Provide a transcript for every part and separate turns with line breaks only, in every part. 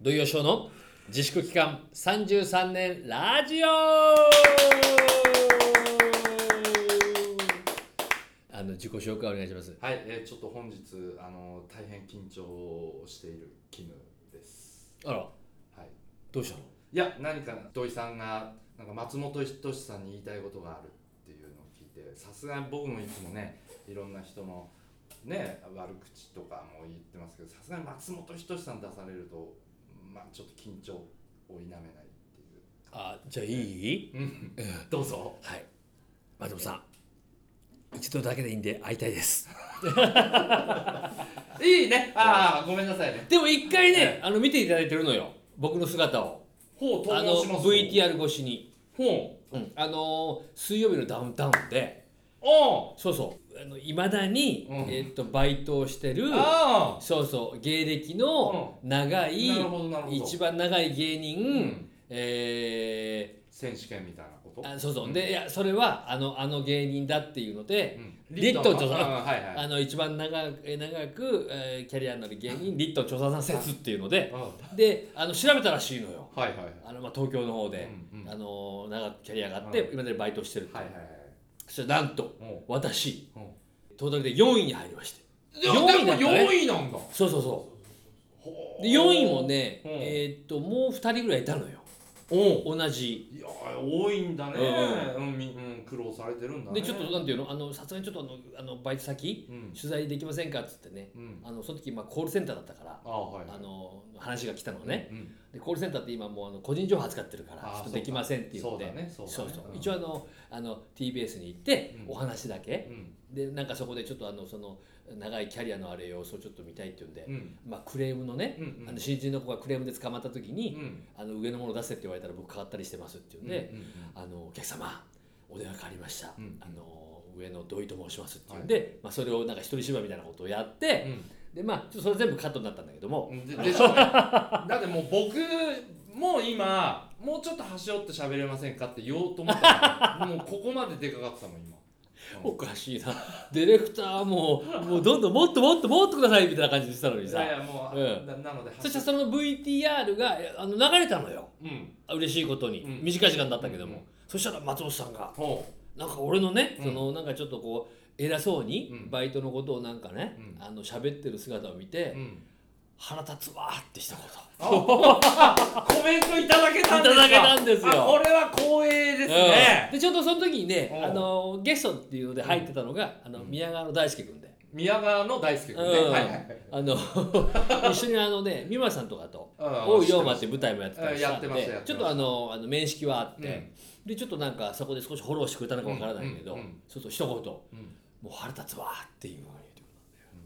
土曜ショーの自粛期間33年ラジオあの自己紹介お願いします。
はい、えー、ちょっと本日あの大変緊張しているキムです。
あら、
はい。
どうしたの
いや何か土井さんがなんか松本人志さんに言いたいことがあるっていうのを聞いて、さすがに僕もいつもねいろんな人のね悪口とかも言ってますけど、さすがに松本人志さん出されるとまあちょっと緊張を否めないっていう。
あ、じゃあいい
うん、どうぞ。
はい。松本さん、一度だけでいいんで会いたいです。
いいね。ああごめんなさいね。
でも一回
は
ね
い、
あの見ていただいてるのよ。僕の姿を。
ほう
あ
投稿
の
します。
VTR 越しに。
ほう。
うん、あのー水曜日のダウンタウンで、
おう。
そうそう、あの未だに、
うん
えっとバイトをしてる。
ああ。
そうそう芸歴の長い、
なるほどなるほど。
一番長い芸人、
うん
え
選手権みたいなこと
ーあそうそう、
ん
でいやそれはあのあの芸人だっていうので、
ん
リットン
と
と
あはいは
あ
い
の一番長えー長く、えーキャリアのある芸人リットン調査さん説っていうので
うん
であの調べたらしいのよ
はいはいはい
あの、まあ、東京の方で、
うんうん
あの長くキャリアがあって、
うん
今までバイトしてるって、
はいはい
そしたらなんと
はいも
私
うも
トータルで4位に入りまして
ういや
4位だったね
でも4位なんだ
そうそうそうで4
四
位もね、
うん
えーっともう2人ぐらいいたのよ
おう
同じ
いや多いんだねうんみうん苦労されてるんだね
でちょっとなんていうのあのさすがにちょっとあのあのバイト先
うん
取材できませんかっつってね
うん
あのその時まあコールセンターだったから
あはい
あの話が来たの
うん
ね
うん
でコールセンターって今もうあの個人情報扱ってるから
あー
ちょっとできませんって言
そ
っ
う
て
だねそうだね
そうそう
うん
一応あのあの TBS に行って
うん
お話だけ
うん
でなんかそこでちょっとあのその長いキャリアのあれをそうちょっと見たいって言うんで
うん
まあクレームのね
うんうん
あの新人の子がクレームで捕まった時
う
に
ん
あの上のもの出せって言われたら僕変わったりしてますって言うんで
うんうん
あのお客様お電話変わりました、
うん
あの上野土井と申しますっていうんで、まあ、それをなんか一人芝居みたいなことをやって、でまあちょっとそれ全部カットになったんだけども、
うんででしょうね だってもう僕も今もうちょっと端折って喋れませんかって言おうと思ったのにもうここまででかかったもん今
おかしいなディレクターももうどんどんもっともっともっとくださいみたいな感じでしたのに
い
さ
やいやもう、
うん
ななので
そしたらその VTR があの流れたのよ
うん
嬉しいことに、
うん
短い時間だったけども、
うん
そしたら松本さんが
ほ
なんか俺のね、
うん
そのなんかちょっとこう偉そうに
うん
バイトのことをなんかね、
うん
あの喋ってる姿を見て、
う、うん、
腹立つわーってしたこと。
コメントいただけた
い
んですか
ただけたんですよ
あこれは光栄ですね
うん、、でちょうどその時にね
うん
あのゲストっていうので入ってたのが、あの宮川の大輔君で、
宮川の大輔
う
君
ん
ね、はいはいはい
あの 一緒にあのね美村さんとかと
うん
大井龍馬っていう舞台もやってたりしたん
うんやってました
で
やってました
ちょっとあのあの面識はあって、でちょっとなんかそこで少しフォローしてくれたのかわからないけど、
うんうんうん
そうそう一言「
うん
もう腹立つわ」っていうのを言ってくれたん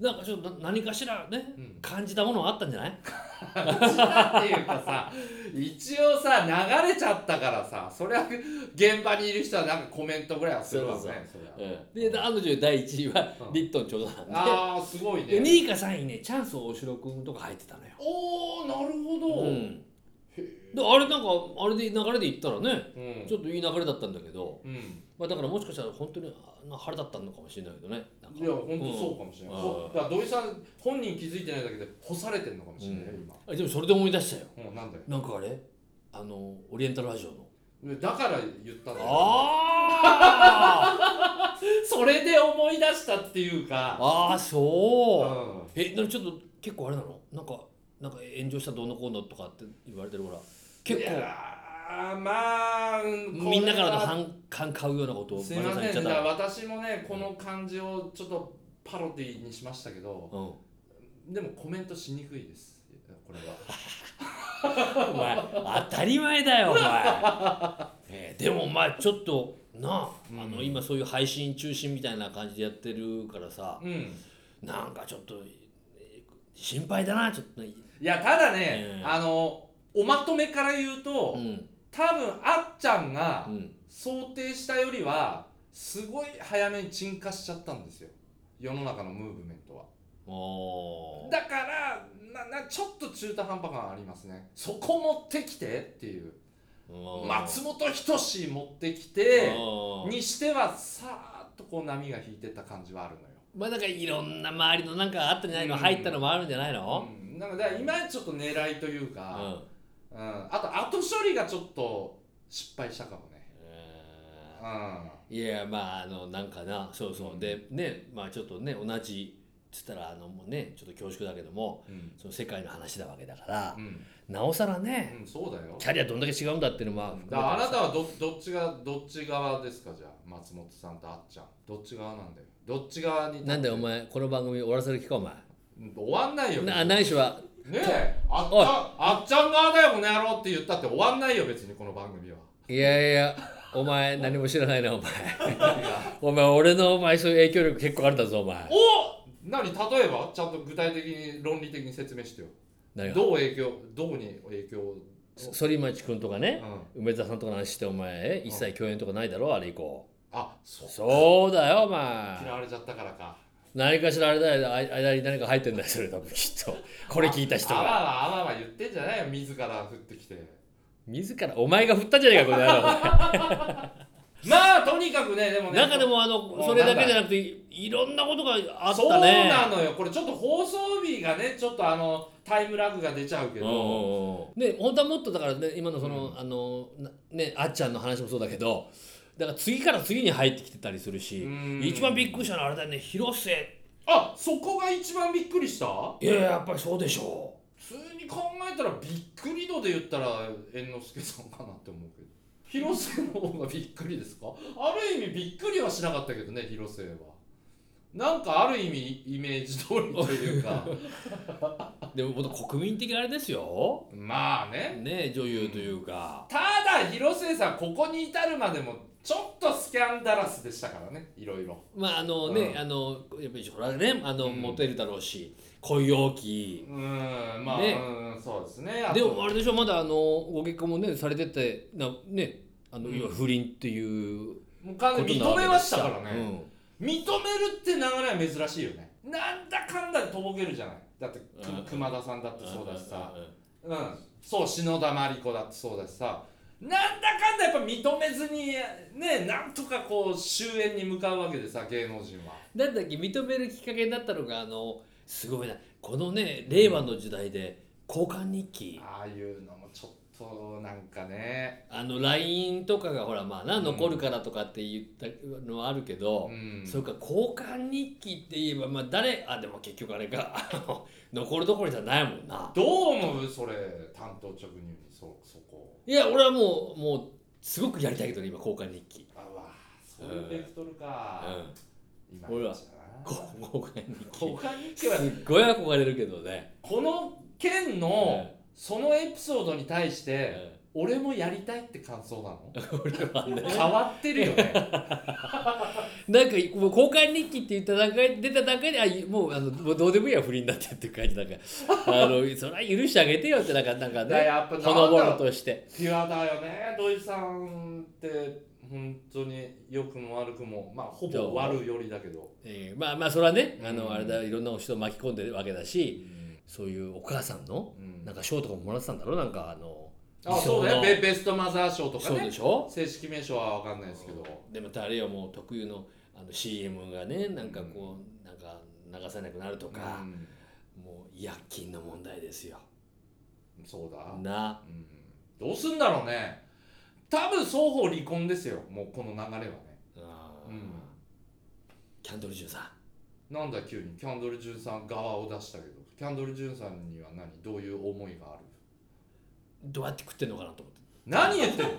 だよ、なんかちょっとな何かしらね、
うん
感じたものがあったんじゃない
うちだっていうかさ一応さ流れちゃったからさそりゃ現場にいる人はなんかコメントぐらいはするわね
そう
そりゃ
うんで案の定第1位は
うん
リットン調査なんで,、
ああすごい
で
ね
2位か3位ねチャンス大城君とか入ってたのよ
おおなるほど、
うん、であれなんかあれで流れで言ったらね
うん
ちょっといい流れだったんだけど、
うん
まあ、だからもしかしたら本当にあんな腹だったのかもしれないけどねなんか
いや本当そうかもしれない、
うん
ほだから土井さん本人気づいてないだけで干されてんのかもしれない、
うん
今
あでもそれで思い出したよ
もうなんだよ
なんかあれあのオリエンタルラジオの
だから言ったんだよ
あー
それで思い出したっていうか
あー
うん
そうえなんかちょっと結構あれなのなんかなんか炎上したどうのこうのとかって言われてるから結
い
構
やーまあ
みんなからの
応
反感買うようなことを
すいま
丸山
せ
さ
ん
ん言っちゃっ
私もねこの漢字をちょっとパロディにしましたけど
たの、うん
でもコメントしにくいですこれは
お前当たり前だよお前、えーでもお前ちょっとな ああの
うん
今そういう配信中心みたいな感じでやってるからさ
うんい
なんかちょっとえー心配だなちょっとね
やただ
う
ね、
ん
あのおまとめから言うと、
うん
多分あっちゃんが、
うん
想定したよりはすごい早めに沈下しちゃったんですよ世の中のムーブメントは
おー
だからななちょっと中途半端感ありますねそこ持ってきてっていう
おー
松本人志持ってきて
おー
にしてはさーっとこう波が引いてった感じはあるのよ
まあなんかいろんな周りのなんかあったんじゃないの、
うん
入ったのもあるんじゃないの、
うんなんかだから今ちょっと狙いというか、
ん
うんあと後処理がちょっと失敗したかもね、
え
うん、
ーいやまああのなんかなそうそう、
うん
でねまあちょっとね同じつったらあのもうねちょっと恐縮だけども
うん
その世界の話だわけだから、
うん
なおさらね、
うん、そうだよ
キャリアどんだけ違うんだっていうのは
だからあなた
は
はどどっちがどっち側ですかじゃあ松本さんとあっちゃんどっち側なんだよどっち側に
なんだよお前この番組終わらせる気かお前
うん終わんないよ
なないしは
ねえあっちゃんあっちゃん側だよこの野郎って言ったって終わんないよ別にこの番組は
いやいやお前何も知らないなお前
いや
お前俺のお前そういう影響力結構あるんだぞお前
お何例えばちゃんと具体的に論理的に説明してよ
何が
どう影響どうに影響を
反町君とかね
うん
梅沢さんとかの話してお前え一切共演とかないだろあれ以降
あそう
そうだよお
嫌
前
われちゃったからか
何かしらあれだよあ間に何か入ってんだよそれ多分きっとこれ聞いた人
あ
が
わわあわわ言ってんじゃないよ自ら降ってきて
自らお前が振ったじゃねえかこの野郎
まあとにかくねでもね
中でもあの
あ
それだけじゃなくていいろんなことがあったね
そうなのよこれちょっと放送日がねちょっとあのタイムラグが出ちゃうけど、
ね本当はもっとだからね今のその、
う
あのなねあっちゃんの話もそうだけどだから次から次に入ってきてたりするし、
うん
一番びっくりしたのはあれだよね広瀬
あそこが一番びっくりした
いやいややっぱりそうでしょ
普通に考えたらびっくり度で言ったら猿之助さんかなって思うけど広瀬の方がびっくりですかある意味びっくりはしなかったけどね広瀬はなんかある意味イメージ通りという か
うでも本当国民的あれですよ
まあね
ね女優というか、
ただ広瀬さんここに至るまでもちょっとスキャンダラスでしたからねいろいろ
まああのね、
うん
あのやっぱりほらねあの、
うん
モテるだろうし恋多き
うーんまあ、
ね
うんそうですねあと
でもあれでしょまだあのご結婚もねされててなねあの、
うん
要は不倫っていう
もう
こ
完
と
全に
なわ
認
け
め
で
ましたからね、
うん
認めるって流れは珍しいよねなんだかんだでとぼけるじゃないだってく
うん
熊田さんだってそうだしさ
うんうんうん
うんそう篠田麻里子だってそうだしさなんだかんだやっぱ認めずにねなんとかこう終焉に向かうわけでさ芸能人は
なんだっけ認めるきっかけになったのがあのすごいなこのね令和の時代で交換日記
ああいうのもちょっとなんかね
あの LINE とかがほらまあな
うん
残るからとかって言ったのはあるけど
う、ん
そうか交換日記って言えばまあ誰あでも結局あれか あの残るどころじゃないもんな
どう思うそれ担当直入にそそこ
いや俺はもうもうすごくやりたいけどね今交換日記
あわそういうベクトル
う
か、
ん
今
俺は
こ
交換日記
交換日記は
すっごい憧れるけどね、
この
う
件
ん
のそのエピソードに対し
う
て
ん
俺もやりたいって感想なの
俺は ね
変わっ てるよね
なんかもう交換日記って言った段階出た段階であいもうあのもうどうでもいいや不倫だってっていう感じ だからあのそれは許してあげてよってなんかなんか
いや
ね
やっぱなんだ
ほのぼの
ろう
として
ピュアだよね土井さんって本当に良くも悪くもまあほぼ悪よりだけど、
えーまあまあそれはねあ
う
の
ん
あれだいろんな人を巻き込んでるわけだしそういうお母さんの
うん
なんか賞とかももらってたんだろうなんかあの
あそう
理想
ね
の
ベベストマザー賞とか
そうで
ね
しょ
正式名称は分かんないですけど
でまたあれよもう特有のあの CM がねなんかこうなんか流せなくなるとか
うん
もう薬金の問題ですよ
そうだ
な
うんどうすんだろうね多分双方離婚ですよもうこの流れはね
あー
うん
キャンドルジュンさん
なんだ急にキャンドル・ジュンさん側を出したけどキャンドル・ジュンさんには何どういう思いがある
どうやって食ってんのかなと思って
何言ってんの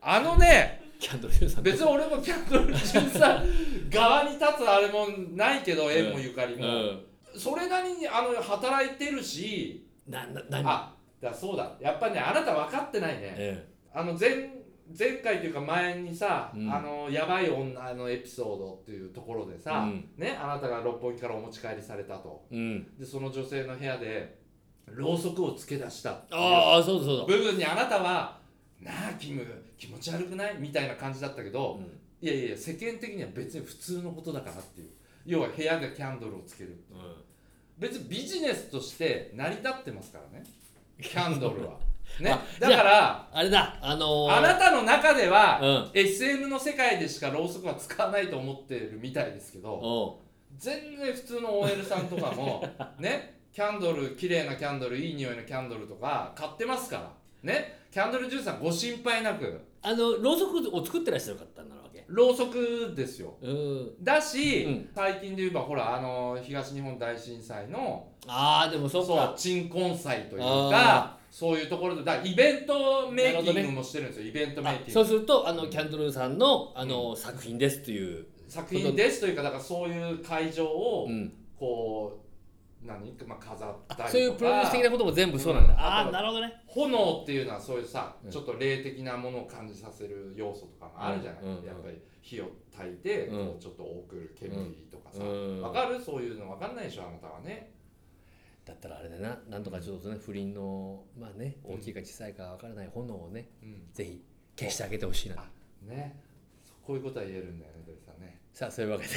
あのね
キャンドルジュンさん
別に俺もキャンドル・ジュンさん側に立つあれもないけど
ん
縁もゆかり
う
も、
ん
それなりにあの働いてるし
なな何
あだそうだやっぱねあなた分かってないね
え
あの前前回というか前にさ、
うん
あのやばい女のエピソードっていうところで
え
さ、
うん
ねあなたが六本木からお持ち帰りされたと。
うん
でその女性の部屋でろうそくをつけ出したっていう
ああそうだそうだ
部分にあなたは「なあキム気持ち悪くない?」みたいな感じだったけど、
うん
いやいや世間的には別に普通のことだからっていう要は部屋でキャンドルをつける
うん
別にビジネスとして成り立ってますからねキャンドルは ね
あ
だから
あれだあのー
あなたの中では、
うん
SM の世界でしかろうそくは使わないと思ってるみたいですけど
おう
全然普通の OL さんとかもねキキャンドル綺麗なキャンドルいい匂いのキャンドルとか買ってますからねキャンドルジュンさんご心配なく
あのろうそくを作ってらっしゃる方になるわけ
ろうそくですよ
うん
だし、
うん
最近で言えばほらあの東日本大震災の
ああでもそっか
そう鎮魂祭というかそういうところでだからイベントメイキングもしてるんですよ、イベントメイ
あ
キン
そう
グ
するとあのキャンドルさんのあの、作品ですという、
作品ですというかだからそういう会場を、
うん
こう何、まあ、飾ったりとか
そういうプロデュース的なことも全部そうなんだ、
うん
あ
あ
あ
と
なるほどね
炎っていうのはそういうさ、
うん
ちょっと霊的なものを感じさせる要素とかもあるじゃない、
うんうんうん
やっぱり火を焚いて、
うん
こうちょっと送る煙とかさ、
う
わ
ん
かるそういうのわかんないでしょあなたはね
だったらあれだななんとかちょっとね不倫のまあね
うん
大きいか小さいかわからない炎をね
うん
ぜひ消してあげてほしいな
あねこういうことは言えるんだよね鳥さんね
さあそういう わけで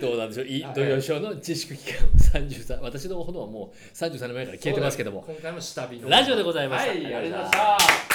どうなんでしょうい
はい
土曜ショーの自粛期間33私の炎はもう33年前から消えてますけども
今回も下火の
ラジオでございました
はいありがとうございま
ありが
し
とうございま
た